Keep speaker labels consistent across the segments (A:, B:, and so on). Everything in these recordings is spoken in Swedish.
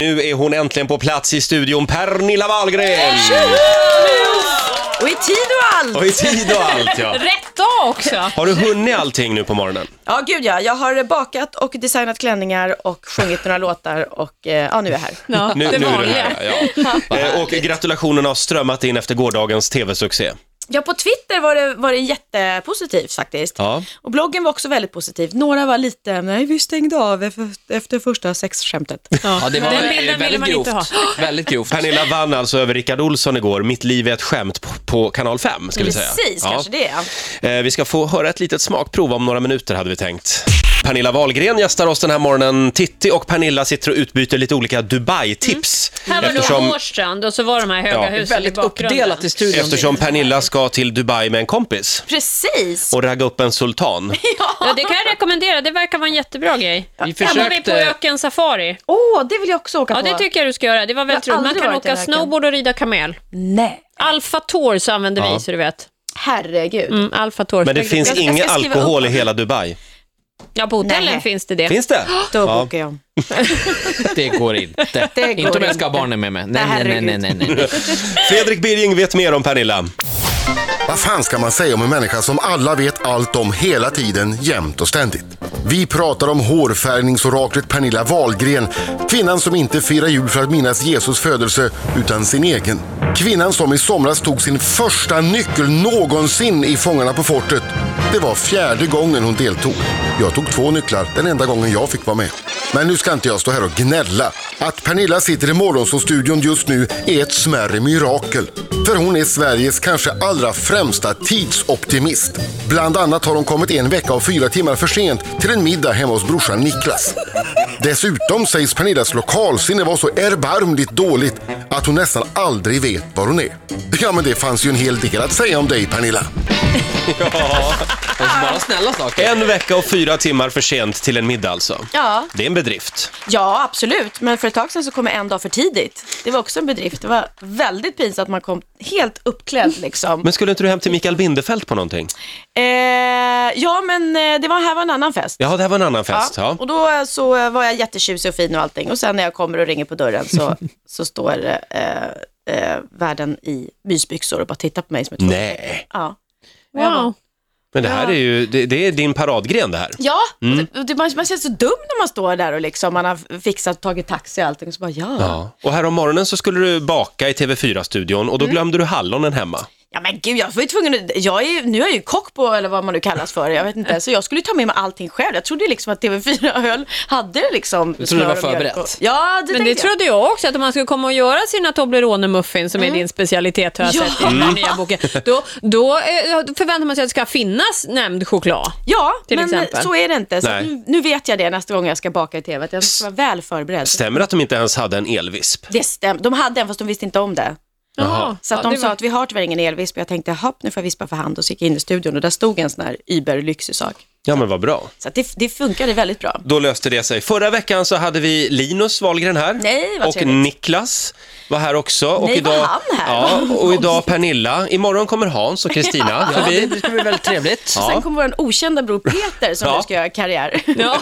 A: Nu är hon äntligen på plats i studion, Pernilla Wahlgren!
B: Och i tid och allt!
A: Och i tid och allt ja.
C: Rätt dag också!
A: Har du hunnit allting nu på morgonen?
B: Ja, gud ja. Jag har bakat och designat klänningar och sjungit några låtar och eh, ja, nu är jag här.
C: Ja,
A: Nu,
C: det
A: nu är
C: vanliga.
A: här, ja. Eh, Och gratulationerna har strömmat in efter gårdagens tv-succé.
B: Ja, på Twitter var det, var det jättepositivt faktiskt.
A: Ja.
B: Och bloggen var också väldigt positiv. Några var lite, nej vi stängde av efter- efter första sexskämtet.
D: Ja, det var
C: Den
D: eh,
C: bilden ville
D: väldigt
C: man inte
D: grovt. Väldigt grovt.
A: Pernilla vann alltså över Rickard Olsson igår, Mitt liv är ett skämt på, på kanal 5 ska vi säga.
B: Precis,
A: Ja.
B: kanske det.
A: Eh, Vi ska få höra ett litet smakprov om några minuter hade vi tänkt. Pernilla Wahlgren gästar oss den här morgonen. Titti och Pernilla sitter och utbyter lite olika Dubai-tips.
C: Mm. Här var nog Hårstrand och så var de här höga
A: Ja.
C: husen i
D: Väldigt
C: bakgrunden.
D: uppdelat i studion.
A: eftersom Pernilla ska till Dubai med en kompis
B: Precis.
A: och ragga upp en sultan.
C: Ja, det kan jag rekommendera. Det verkar vara en jättebra grej.
D: Vi
C: Här var vi på
D: försökte...
C: ökensafari.
B: Åh, det vill jag också åka
C: Ja,
B: på.
C: det tycker jag du ska göra. Det var väldigt
B: Jag har
C: roligt. Man
B: aldrig
C: kan
B: varit i
C: åka
B: öken.
C: snowboard och rida kamel.
B: Nej,
C: Alfa Tor så använder
A: Ja.
C: vi, så du vet.
B: herregud.
C: Mm, Alfa Tor.
A: Men det
C: Ska-
A: finns
B: jag ska
A: ingen
B: skriva upp
A: alkohol i hela Dubai.
C: Ja, på hotellen
B: Nej.
C: finns det det.
A: Finns det?
B: Då
A: Ja.
B: bokar jag.
D: Det går inte.
B: Det går
D: inte om jag
B: inte.
D: ska ha barnen med mig. Nej, nej,
B: Herregud.
D: nej, nej, nej.
A: Fredrik Birging vet mer om Pernilla.
E: Vad fan ska man säga om en människa som alla vet allt om hela tiden, jämt och ständigt? Vi pratar om hårfärgningsoraklet Pernilla Wahlgren. Kvinnan som inte firar jul för att minnas Jesus födelse, utan sin egen. Kvinnan som i somras tog sin första nyckel någonsin i Fångarna på fortet. Det var fjärde gången hon deltog. Jag tog två nycklar, den enda gången jag fick vara med. Men nu ska inte jag stå här och gnälla. Att Pernilla sitter i Morgonzoo-studion just nu är ett smärre mirakel. För hon är Sveriges kanske allra främsta tidsoptimist. Bland annat har hon kommit en vecka och fyra timmar för sent till en middag hemma hos brorsan Niklas. Dessutom sägs Pernillas lokalsinne vara så erbarmligt dåligt att hon nästan aldrig vet var hon är. Ja, men det fanns ju en hel del att säga om dig Pernilla.
D: Och så bara snälla saker.
A: En vecka och fyra timmar för sent till en middag alltså.
B: Ja.
A: Det är en bedrift.
B: Ja, absolut. Men för ett tag sedan så kom jag en dag för tidigt. Det var också en bedrift. Det var väldigt pinsamt att man kom helt uppklädd liksom.
A: Men skulle inte du hem till Mikael Bindefeld på någonting?
B: Eh, ja, men eh, det var, här var en annan fest.
A: Ja, det här var en annan
B: Ja,
A: fest. Ja.
B: Och då eh, så eh, var jag jättetjusig och fin och allting. Och sen när jag kommer och ringer på dörren så, så står eh, eh, värden i mysbyxor och bara tittar på mig som ett
D: Mm.
B: fån.
A: Nej,
B: Ja.
C: Wow.
A: men det här är ju, det, det är din paradgren det här.
B: Ja,
D: Mm.
B: och det- och det, man, man känns så dum när man står där och liksom, man har fixat, tagit taxi och allting. Och så bara, ja. ja.
A: Ja. Och här om morgonen så skulle du baka i TV4-studion
B: Mm.
A: och då glömde du hallonen hemma.
B: men gud, jag var ju tvungen att, jag är, ju- nu är jag ju kock på, eller vad man nu kallas för, jag vet inte. Så jag skulle ju ta med mig allting själv. Jag trodde ju liksom att TV4 höll, hade liksom
D: Du trodde det var
B: smör och mjölk och-
D: förberett?
B: Ja, det
C: Men det
B: tänkte jag.
C: trodde jag också, att om man skulle komma och göra sina Toblerone-muffins, som är din specialitet har jag
B: Mm. Ja.
C: sett i den
A: Mm.
C: här nya boken, då, då eh, förväntar man sig att det ska finnas nämnd choklad.
B: Ja,
C: Till
B: men
C: exempel.
B: så är det inte. Så
A: Nej.
B: nu, nu vet jag det nästa gång jag ska baka i tv, att jag ska vara väl förberedd.
A: Stämmer det att de inte ens hade en elvisp?
B: Det stäm- de hade en fast de visste inte om det.
A: Jaha.
B: Så att
C: Ja,
B: de
C: det
B: sa
C: var-
B: att vi har tyvärr ingen elvisp. Jag tänkte, hopp, nu får jag vispa för hand och så gick jag in i studion och där stod en sån här überlyxig sak.
A: Ja, men vad bra.
B: Så att det, det funkade väldigt bra.
A: Då löste det sig. Förra veckan så hade vi Linus Wahlgren här.
B: Nej, vad
A: och
B: trevligt.
A: Niklas var här också. och
B: Nej, var
A: idag,
B: han här?
A: Ja, och idag Pernilla. Imorgon kommer Hans och Kristina
D: Ja, det,
A: förbi.
D: det ska bli väldigt trevligt.
B: Och sen kom vår okända bror Peter som
A: Ja.
B: nu ska göra karriär.
C: Ja.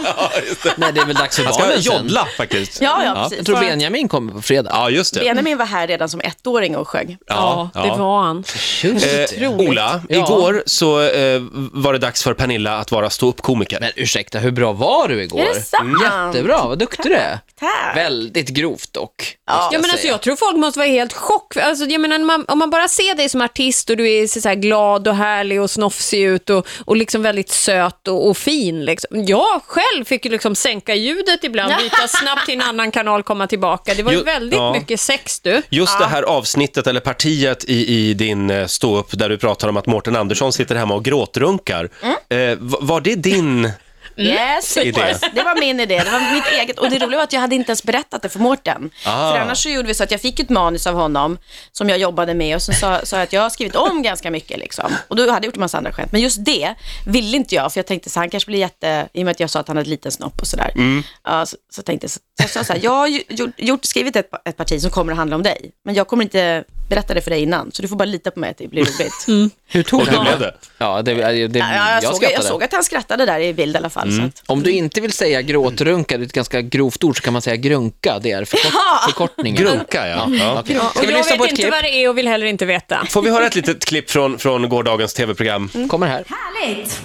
D: Nej, det är väl dags för
A: Han ska
D: barnen sen.
A: joddla faktiskt.
B: ja, ja,
D: Jag
B: precis.
D: tror
B: Bara-
D: Benjamin kommer på fredag.
A: Ja, just det.
B: Benjamin var här redan som ettåring och sjöng.
C: Ja, det var han.
D: Just det.
A: Eh, Ola,
D: Ja.
A: igår så eh, var det dags för Pernilla att vara ståuppkomiker.
D: Men ursäkta, hur bra var du igår?
B: Är det sant?
D: Jättebra, vad duktig du är.
B: Tack.
D: Väldigt grovt dock.
B: Ja.
C: Ja, men alltså, jag tror folk måste vara helt chock. Alltså, jag menar, när man, om man bara ser dig som artist och du är så så här glad och härlig och snofsig ut och, och liksom väldigt söt och, och fin. Liksom. Jag själv fick ju liksom sänka ljudet ibland, byta snabbt till en annan kanal, komma tillbaka. Det var ju
A: Jo,
C: väldigt
A: ja.
C: mycket sex du.
A: Just det här avsnittet eller partiet i, i din eh, ståupp där du pratar om att Mårten Andersson sitter hemma och gråtrunkar. Eh, v- var det din...
B: Yes, it
A: Mm. Idé.
B: was. Det var min idé. Det var mitt eget. Och det roliga var att jag hade inte ens berättat det för Mårten.
A: Ah.
B: För annars så gjorde vi så att jag fick ett manus av honom som jag jobbade med och så sa, sa jag att jag har skrivit om ganska mycket liksom. Och då hade jag gjort en massa andra skämt. Men just det ville inte jag för jag tänkte så här, han kanske blir jätte, i och med att jag sa att han hade liten snopp och sådär.
A: Mm.
B: Ja, så, så tänkte jag, så, så jag sa så här, jag har ju gjort, gjort, skrivit ett, pa- ett parti som kommer att handla om dig. Men jag kommer inte berättade för dig innan, så du får bara lita på mig att det blir roligt.
A: Mm.
D: Hur tog
A: Och hur blev det?
D: Ja, det, det, det,
B: Ja, jag,
D: jag,
B: såg,
D: skrattade.
B: jag såg att han skrattade där i bild i alla fall.
A: Mm.
B: Så att,
D: Om du inte vill säga gråtrunka, det är ett ganska grovt ord, så kan man säga grunka. Det är förkort, förkortningen.
A: Grunka, ja. ja.
D: Okej.
C: Ja, och
D: Ska vi
C: jag
D: lyssna på ett
C: vet inte
D: klipp?
C: vad det är och vill heller inte veta.
A: Får vi höra ett litet klipp från, från gårdagens tv-program?
D: Kommer här.
F: Härligt!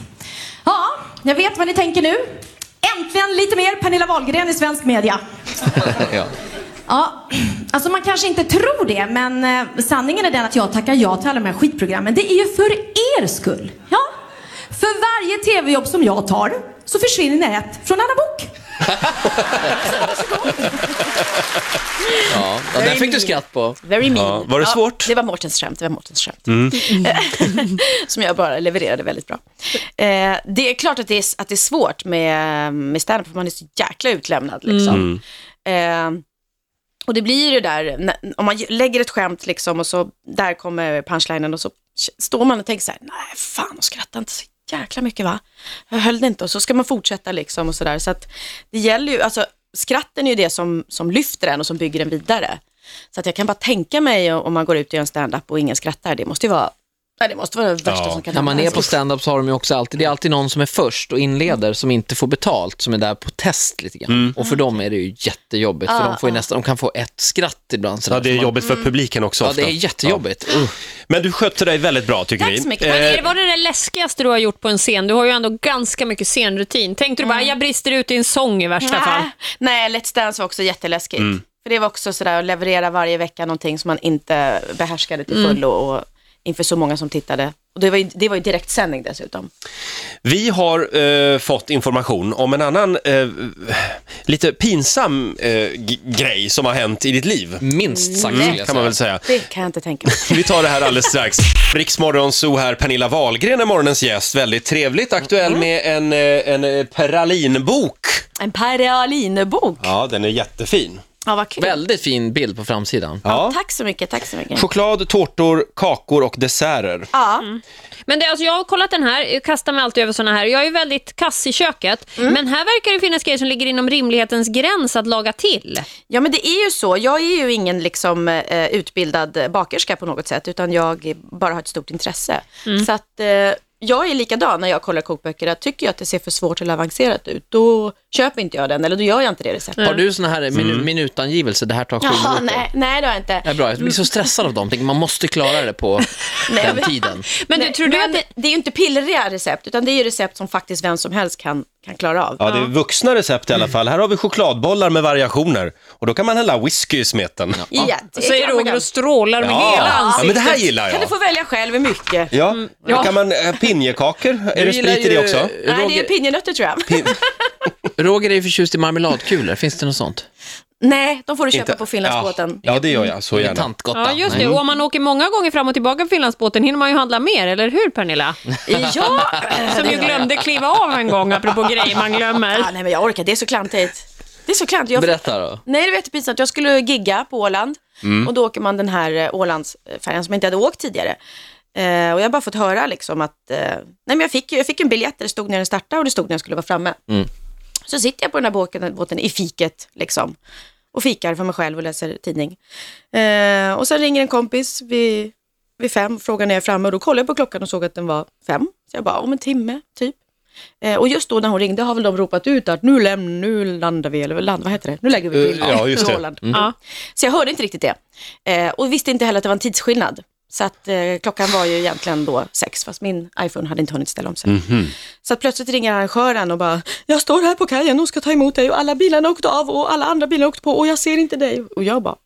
F: Ja, jag vet vad ni tänker nu. Äntligen lite mer Pernilla Wahlgren i svensk media.
D: ja.
F: Ja, alltså man kanske inte tror det, men eh, sanningen är den att jag tackar ja till alla de här skitprogrammen. Det är ju för er skull. Ja. För varje tv-jobb som jag tar så försvinner ett från Anna Bok.
D: Ja. ja, där fick du skratt på.
B: Very mean.
A: Ja, var det svårt? Mm.
B: Det var Mårtens skämt. Det var Mårtens skämt. Som jag bara levererade väldigt bra. Eh, det är klart att det är, att det är svårt med, med stand-up, för man är så jäkla utlämnad. Liksom.
A: Mm.
B: Eh, och det blir ju det där, när- om man lägger ett skämt liksom, och så där kommer punchlinen och så står man och tänker så här, nej fan, de skrattar inte så jäkla mycket va? Jag höll det inte och så ska man fortsätta liksom och så där. Så att det gäller ju, alltså skratten är ju det som, som lyfter en och som bygger en vidare. Så att jag kan bara tänka mig om man går ut och gör en stand-up och ingen skrattar, det måste ju vara, nej, det måste vara det värsta
A: Ja.
B: som kan
D: När man är
B: hända. Alltså,
D: på stand-up så har de ju också alltid, det är alltid någon som är först och inleder som inte får betalt, som är där på test lite grann.
A: Mm.
D: Och för dem är det ju jättejobbigt, för de, får ju nästan, de kan få ett skratt ibland. sådär.
A: Ja, det är
D: Så man-
A: jobbigt för publiken också
D: Ja,
A: ofta.
D: det är jättejobbigt. Uh.
A: Men du skötte dig väldigt bra, tycker vi.
B: Tack så mycket.
A: Eh,
B: Men
C: Är det, var det det läskigaste du har gjort på en scen? Du har ju ändå ganska mycket scenrutin. Tänkte du bara, jag brister ut i en sång i värsta fall?
B: Nej, nej, Let's Dance var också jätteläskigt. För det var också sådär att leverera varje vecka någonting som man inte behärskade till fullo och inför så många som tittade. Och det var ju, det var ju direktsändning dessutom.
A: Vi har eh, fått information om en annan eh, lite pinsam eh, g- grej som har hänt i ditt liv. Mm,
D: Minst sagt, skulle jag
A: Kan man väl
D: säga.
A: säga.
B: Det kan jag inte tänka mig.
A: Vi tar det här alldeles strax. Riksmorgon Zoo här, Pernilla Wahlgren är morgonens gäst. Väldigt trevligt, aktuell med en, eh, en eh, Peralinbok.
B: En Peralinebok. Ja.
A: Ja, den är jättefin.
B: vad kul.
D: Väldigt fin bild på framsidan.
A: Ja.
B: Tack så mycket, tack så mycket.
A: Choklad, tårtor, kakor och desserter.
B: Ja,
C: Men det, alltså, jag har kollat den här, jag kastar mig alltid över såna här. Jag är ju väldigt kass i köket, men här verkar det finnas grejer som ligger inom rimlighetens gräns att laga till.
B: ja, men det är ju så. Jag är ju ingen liksom, eh, utbildad bakerska på något sätt, utan jag bara har ett stort intresse. Så att eh, jag är likadan när jag kollar kokböcker. Jag tycker jag att det ser för svårt eller avancerat ut, då köper inte jag den, eller då gör jag inte det receptet.
D: Har du såna här
A: Mm.
D: minu- minutangivelse, det här tar sju
B: Jaha,
D: minuter?
B: nej, nej det har jag inte.
D: Det är bra, jag blir så stressad av dem. Tänker, Man måste klara det på den
B: men-
D: tiden.
C: Men
B: Nej,
C: du, tror du
B: men
C: att det,
B: det är ju inte pillriga recept, utan det är ju recept som faktiskt vem som helst kan, kan klara av.
A: Ja, det är vuxna recept i alla fall. Här har vi chokladbollar med variationer. Och då kan man hälla whisky i smeten.
B: Ja, det är
C: säger
B: klart man
C: Roger
B: kan.
C: och strålar med
A: Ja.
C: hela
A: ja, men
C: ansiktet.
A: det här gillar
B: Kan
A: jag.
B: du få välja själv hur mycket?
A: Ja, då kan man äh, pinjekakor. Är det sprit i det också?
B: Nej, det är
D: Roger,
B: pinjenötter tror jag.
D: Roger är ju förtjust i marmeladkulor, finns det något sånt?
B: Nej, de får du köpa på
A: ja.
B: Finlandsbåten.
A: ja, det gör jag
B: Mm.
A: så
D: Med
A: gärna.
D: tantgotta?
C: Ja, just
D: Nej.
C: det. Och om man åker många gånger fram och tillbaka på Finlandsbåten hinner man ju handla mer, eller hur Pernilla?
B: Ja,
C: Som ju glömde kliva av en gång, apropå grejer man glömmer.
B: ah, nej men jag orkar, det är så klantigt. Det är så klantigt. Jag...
D: Berätta då.
B: Nej, det var jättepinsamt. Jag skulle gigga på Åland och då åker man den här eh, Ålandsfärjan som jag inte hade åkt tidigare. Eh, och jag har bara fått höra liksom att, eh, nej men jag fick, ju- jag fick en biljett där det stod när den startade och det stod när jag skulle vara framme. Så sitter jag på den här båten, båten i fiket liksom och fikar för mig själv och läser tidning. Eh, och sen ringer en kompis vid, vid fem och frågar när jag är framme och då kollade jag på klockan och såg att den var fem. Så jag bara, om en timme typ. Eh, och just då när hon ringde har väl de ropat ut att nu, läm, nu landar vi, eller land, vad heter det? Nu lägger vi till.
A: Eh, ja, just det.
C: Ja.
B: Så jag hörde inte riktigt det. Eh, och visste inte heller att det var en tidsskillnad. Så att eh, klockan var ju egentligen då sex, fast min iPhone hade inte hunnit ställa om sig.
A: Mhm.
B: Så att plötsligt ringer arrangören och bara, jag står här på kajen och ska ta emot dig och alla bilarna åkte av och alla andra bilar åkte på och jag ser inte dig. Och jag bara,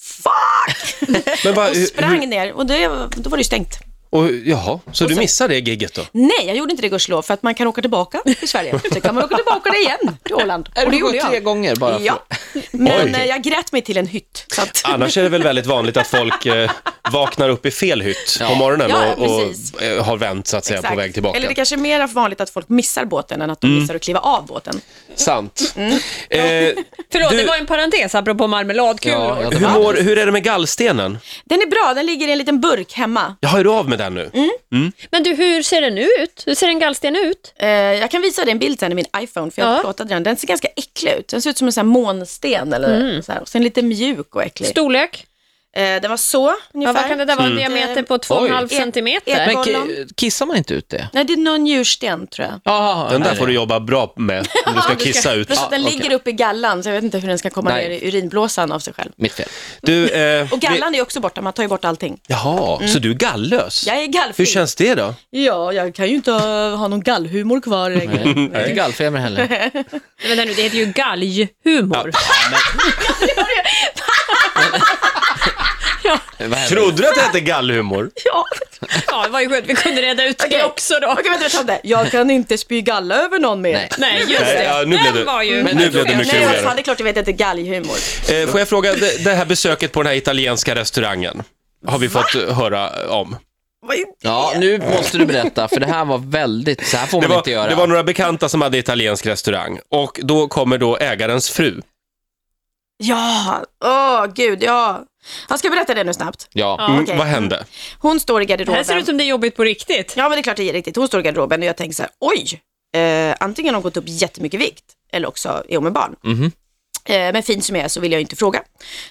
B: fuck!
A: Men bara,
B: och
A: hur-
B: sprang ner och det, då var det ju stängt.
A: Och, jaha, så du missar det gigget då?
B: Nej, jag gjorde inte det gudskelov för att man kan åka tillbaka till Sverige. Så kan man åka tillbaka det igen till Åland.
D: Är
B: och
D: du
B: det
D: på
B: gjorde jag.
D: tre gånger bara? för-
B: Ja, men
A: Oj.
B: eh, jag grät mig till en hytt. Så att...
A: Annars är det väl väldigt vanligt att folk eh, vaknar upp i fel hytt på morgonen
B: Ja,
A: och,
B: precis.
A: och eh, har vänt så att säga på
B: Exakt.
A: väg tillbaka. Mm.
B: Eller det kanske är mer vanligt att folk missar båten än att de missar att kliva av båten.
A: Sant. Eh,
C: Förlåt,
A: Du-
C: det var en parentes apropå marmeladkulor.
D: Ja, ja, det
A: hur,
D: var-
A: mår, hur är det med gallstenen?
B: Den är bra, den ligger i en liten burk hemma.
A: Jag är du av med den nu?
B: Mm.
C: Men du, hur ser den ut? Hur ser en gallsten ut?
B: Eh, jag kan visa dig en bild sen i min iPhone, för jag
C: Ja.
B: plåtade den. Den ser
C: Mm.
B: ganska äcklig ut. Den ser ut som en sån här månsten eller så här. Och sen lite mjuk och äcklig.
C: Storlek?
B: Eh, den var så
C: Ja,
B: ungefär.
C: vad kan det där vara? En diameter på
D: Oj.
C: 2,5
B: Ett-
C: centimeter?
B: ett-
D: Men
B: Gollum.
D: ki- kissar man inte ut det?
B: Nej, det är någon njursten tror jag.
D: Jaha,
A: Den där
D: nej,
A: får du jobba bra med om du ska kissa ut.
B: Plus att den
D: okej.
B: ligger uppe i gallan, så jag vet inte hur den ska komma
D: Nej.
B: ner i urinblåsan av sig själv.
D: Mitt fel.
A: Du, eh,
B: Och Mm. gallan är ju också borta, man tar ju bort allting.
A: jaha, så du är gallös?
B: Jag är gallfri.
A: Hur känns det då?
B: Ja, jag kan ju inte äh, ha någon gallhumor kvar. längre.
D: Inte gallfeber heller.
C: Nej, Vänta nu, det heter ju galghumor.
D: Vad händer?
A: Trodde du att det hette gallhumor?
B: ja.
C: Ja, det var ju skönt vi kunde reda ut det också då.
B: Okej, vänta, vänta, vänta. Jag kan inte spy galla över någon mer.
D: Nej.
C: Nej, just
A: Nej,
C: det.
A: ja, nu blev
C: Den
A: det-
C: var ju...
A: Men- Nu blev det mycket
B: Nej,
A: roligare.
B: fan, det är klart jag vet att det är gallhumor.
A: Eh, får jag fråga, det, det här besöket på den här italienska restaurangen har vi fått eh, höra om.
B: Vad är-
D: Ja, nu måste du berätta, för det här var väldigt... Så här får
A: Det
D: man
A: var,
D: inte göra.
A: det var några bekanta som hade italiensk restaurang och då kommer då ägarens fru.
B: Ja, åh gud, ja. Jag ska berätta det nu snabbt.
D: Ja.
A: Mm,
B: okej.
A: Vad hände?
B: Hon står i
C: Det
B: garderoben.
C: här ser ut som det är jobbigt på riktigt.
B: Ja, men det är klart det är riktigt. Hon står i garderoben och jag tänker så här, oj, eh, antingen har hon gått upp jättemycket vikt eller också är hon med barn. Eh, men fin som jag är så vill jag inte fråga.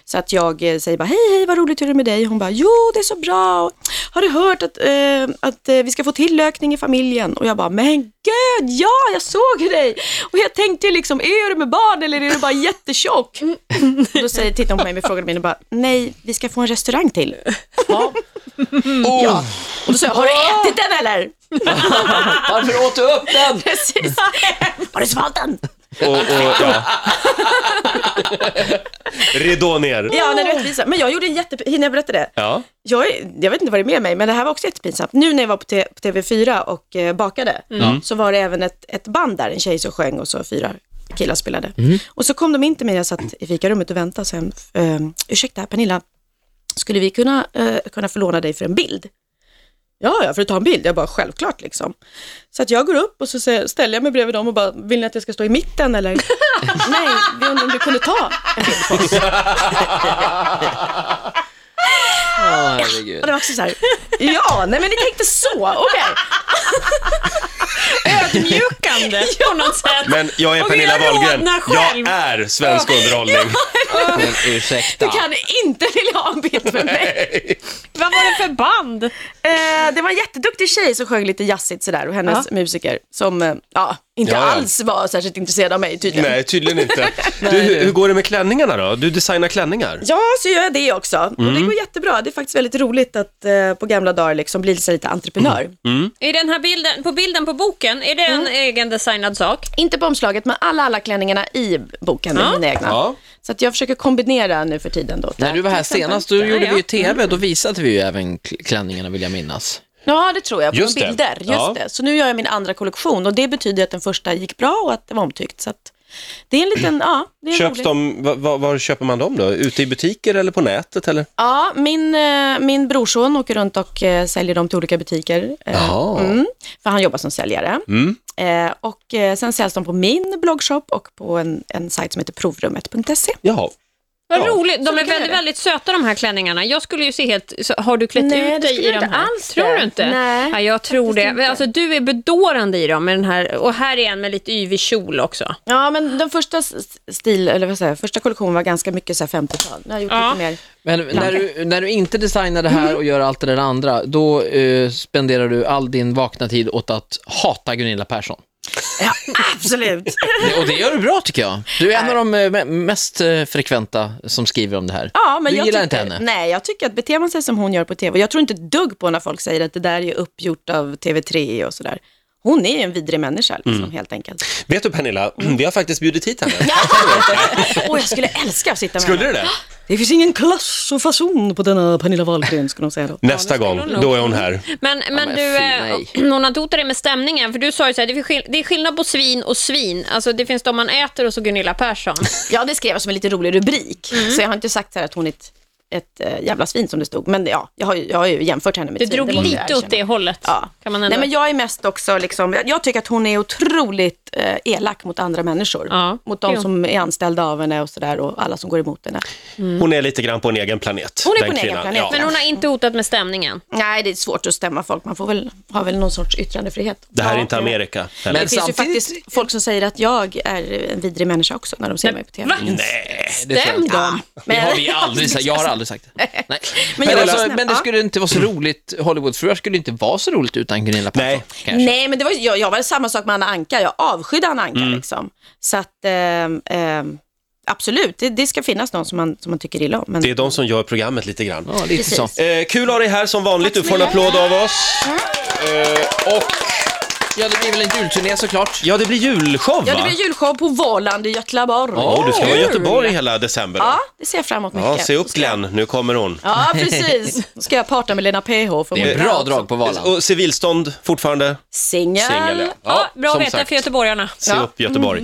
B: Så att jag eh, säger bara, hej, hej, vad roligt, hur är det med dig? Hon bara, jo, det är så bra. Har du hört att, eh, att eh, vi ska få tillökning i familjen? Och jag bara, men gud, ja, jag såg ju dig. Och jag tänkte liksom, är du med barn eller är du bara jättetjock? Och då säger, tittar hon på mig med frågan min och bara, nej, vi ska få en restaurang till. Ja. ja. Och då sa jag, har du ätit den eller?
D: Varför åt du upp den?
B: Precis. Har du svalt den?
A: Och, och, ja. Ridå ner.
B: Ja, när du vet, Lisa. Men jag gjorde en jätte... Hinner jag berätta det?
A: Ja.
B: Jag, är- jag vet inte vad det är med mig, men det här var också jättepinsamt. Nu när jag var på, T- på TV4 och eh, bakade, så var det även ett, ett band där, en tjej som sjöng och så fyra killar spelade. Och så kom de in till mig, jag satt i fikarummet och väntade, och sen, eh, ursäkta Pernilla, skulle vi kunna, eh, kunna få låna dig för en bild? Ja, ja, för att ta en bild. Jag bara, självklart liksom. Så att jag går upp och så säger- ställer jag mig bredvid dem och bara, vill ni att jag ska stå i mitten eller? Nej, vi undrar om du kunde ta en bild på oss.
D: Ja, herregud.
B: Och det var också så här, ja, nej men ni tänkte så, okej.
C: Ödmjukande på något sätt.
A: Men jag är
C: Och
A: Pernilla
C: jag rodnar
A: Wahlgren.
C: själv.
A: Jag är svensk underhållning.
D: Men ursäkta.
B: Du kan inte vilja ha en bild med mig.
C: Vad var det för band?
B: Eh, det var en jätteduktig tjej som sjöng lite jazzigt sådär och hennes musiker som eh, ja, inte
A: Ja, ja.
B: alls var särskilt intresserad av mig tydligen.
A: Nej, tydligen inte. Du, hur, hur går det med klänningarna då? Du designar klänningar.
B: Ja, så gör jag det också. Och
A: Mm.
B: det går jättebra. Det är faktiskt väldigt roligt att eh, på gamla dagar liksom bli så lite entreprenör.
A: Mm.
C: I den här bilden, på bilden på boken, är det en egendesignad sak?
B: Inte på omslaget, men alla, alla klänningarna i boken är
C: Ja.
B: mina egna.
A: Ja.
B: Så att jag försöker kombinera nu för tiden. Då,
D: När du var här senast, då gjorde
C: ja.
D: vi ju TV, då visade vi ju även kl- klänningarna vill jag minnas.
B: Ja, det tror jag. På
A: Just det.
B: bilder. Just
A: Ja.
B: det. Så nu gör jag min andra kollektion och det betyder att den första gick bra och att den var omtyckt. Så att det är en liten, ja, det är en
A: Köps
B: rolig-
A: de, va- va- var köper man dem då? Ute i butiker eller på nätet eller?
B: Ja, min, eh, min brorson åker runt och eh, säljer dem till olika butiker. eh,
D: Jaha. Mm.
B: Mm, för han jobbar som säljare. Eh, och eh, sen säljs de på min bloggshop och på en, en sajt som heter provrummet.se.
A: Jaha.
C: Vad
A: Ja.
C: roligt. De är
B: kan jag
C: väldigt,
B: göra.
C: väldigt söta de här klänningarna. Jag skulle ju se helt... så Har du klätt
B: Nej,
C: ut
B: det
C: dig
B: skulle
C: i
B: jag
C: de
B: inte
C: här?
B: alls
C: Tror
B: det.
C: du inte?
B: Nej,
C: ja, jag tror det. Men Alltså, du är bedårande i dem. Med den här, och här är en med lite yvig kjol också.
B: Ja, men den första s- stil, eller vad säger jag, första kollektionen var ganska mycket så här 50-tal. Nu har jag gjort
C: Ja.
B: lite mer.
D: Men när du, när du inte designar det här och gör allt det där andra, då eh, spenderar du all din vakna tid åt att hata Gunilla Persson.
B: Ja, absolut.
D: Och det gör du bra tycker jag. Du är en av de eh, me- mest eh, frekventa som skriver om det här.
B: Ja, men
D: du
B: jag
D: gillar
B: tycker,
D: inte henne.
B: Nej, jag tycker att beter man sig som hon gör på tv, jag tror inte ett dugg på när folk säger att det där är uppgjort av TV3 och sådär. Hon är ju en vidrig människa, liksom,
D: Mm.
B: helt enkelt.
A: Vet du Pernilla, vi har faktiskt bjudit hit henne.
B: Och jag skulle älska att sitta med
A: Skulle
B: henne.
A: du det?
B: Det finns ingen klass och fason på denna Pernilla Wahlgren, skulle de säga då.
A: Nästa gång,
C: hon nog.
A: då är hon här.
C: Men, men,
D: men
C: du,
D: fy,
C: eh, Nonna Tota det med stämningen. För du sa ju så här, det är skill- det är skillnad på svin och svin. Alltså, det finns de man äter och så Gunilla Persson.
B: Ja, det skrev jag som en lite rolig rubrik.
C: Mm.
B: Så jag har inte sagt så här att hon är ett, ett eh, jävla svin som det stod. Men ja, jag har, ju- jag har ju jämfört henne med
C: Det
B: ett svin,
C: drog
B: måste jag
C: lite åt
B: erkänna.
C: det hållet.
B: Ja.
C: Kan man ändå.
B: Nej, men jag är mest också, liksom, jag, jag tycker att hon är otroligt eh, elak mot andra människor.
C: Ja.
B: Mot de
C: Jo.
B: som är anställda av henne och sådär och alla som går emot henne.
A: Hon är lite grann Mm. på en egen planet.
B: Hon är på
A: den
B: en egen
A: kvinnan.
B: planet,
A: Ja.
C: men hon har inte hotat med stämningen.
B: Nej, det är svårt att stämma folk. Man får väl ha väl någon sorts yttrandefrihet.
A: Det här är
B: Ja.
A: inte Amerika. eller?
D: Men
B: Det finns ju
D: samtidigt-
B: faktiskt folk som säger att jag är en vidrig människa också när de ser mig på Mm. TV.
C: Va?
A: Nej.
D: Det tror jag
C: Stäm
D: inte.
C: dem!
D: Det har vi aldrig sagt. Jag har aldrig aldrig sagt det. Nej.
B: Men
D: Men,
B: jag var
D: alltså,
B: snäll.
D: men det
B: Ja.
D: skulle inte vara så roligt, Hollywoodfruar skulle inte vara så roligt utan Gunilla Persson.
A: Nej.
D: kan jag känna.
B: Nej, men det var, jag, jag var samma sak med Anna Anka. Jag avskydde Anna Anka.
A: Mm.
B: Liksom. Så att, ehm, ehm, absolut, det, det ska finnas någon som man, som man tycker illa om. Men...
A: Det är de som gör programmet lite grann.
D: Ja, lite
B: Precis.
D: så.
A: Eh, kul att ha dig här som vanligt. Du
B: Tack så
A: får en
B: mycket.
A: applåd av oss. Eh, och
D: Ja, det blir väl en julturné såklart.
A: ja, det blir julshow
B: Ja, det
A: va?
B: blir julshow på Valand i Göteborg.
A: Ja, du ska vara i
B: Kul.
A: Göteborg hela december. då.
B: Ja, det ser jag fram emot mycket.
A: Ja, se
B: Så
A: upp
B: ska jag-
A: Glenn, nu kommer hon.
B: Ja, precis. Då ska jag parta med Lena PH. För
D: Det är
B: min-
D: bra drag på Valand.
A: Och civilstånd fortfarande,
B: Singel.
A: singel.
C: Ja, bra
A: som
C: att veta
A: sagt.
C: för göteborgarna.
A: Se upp Göteborg.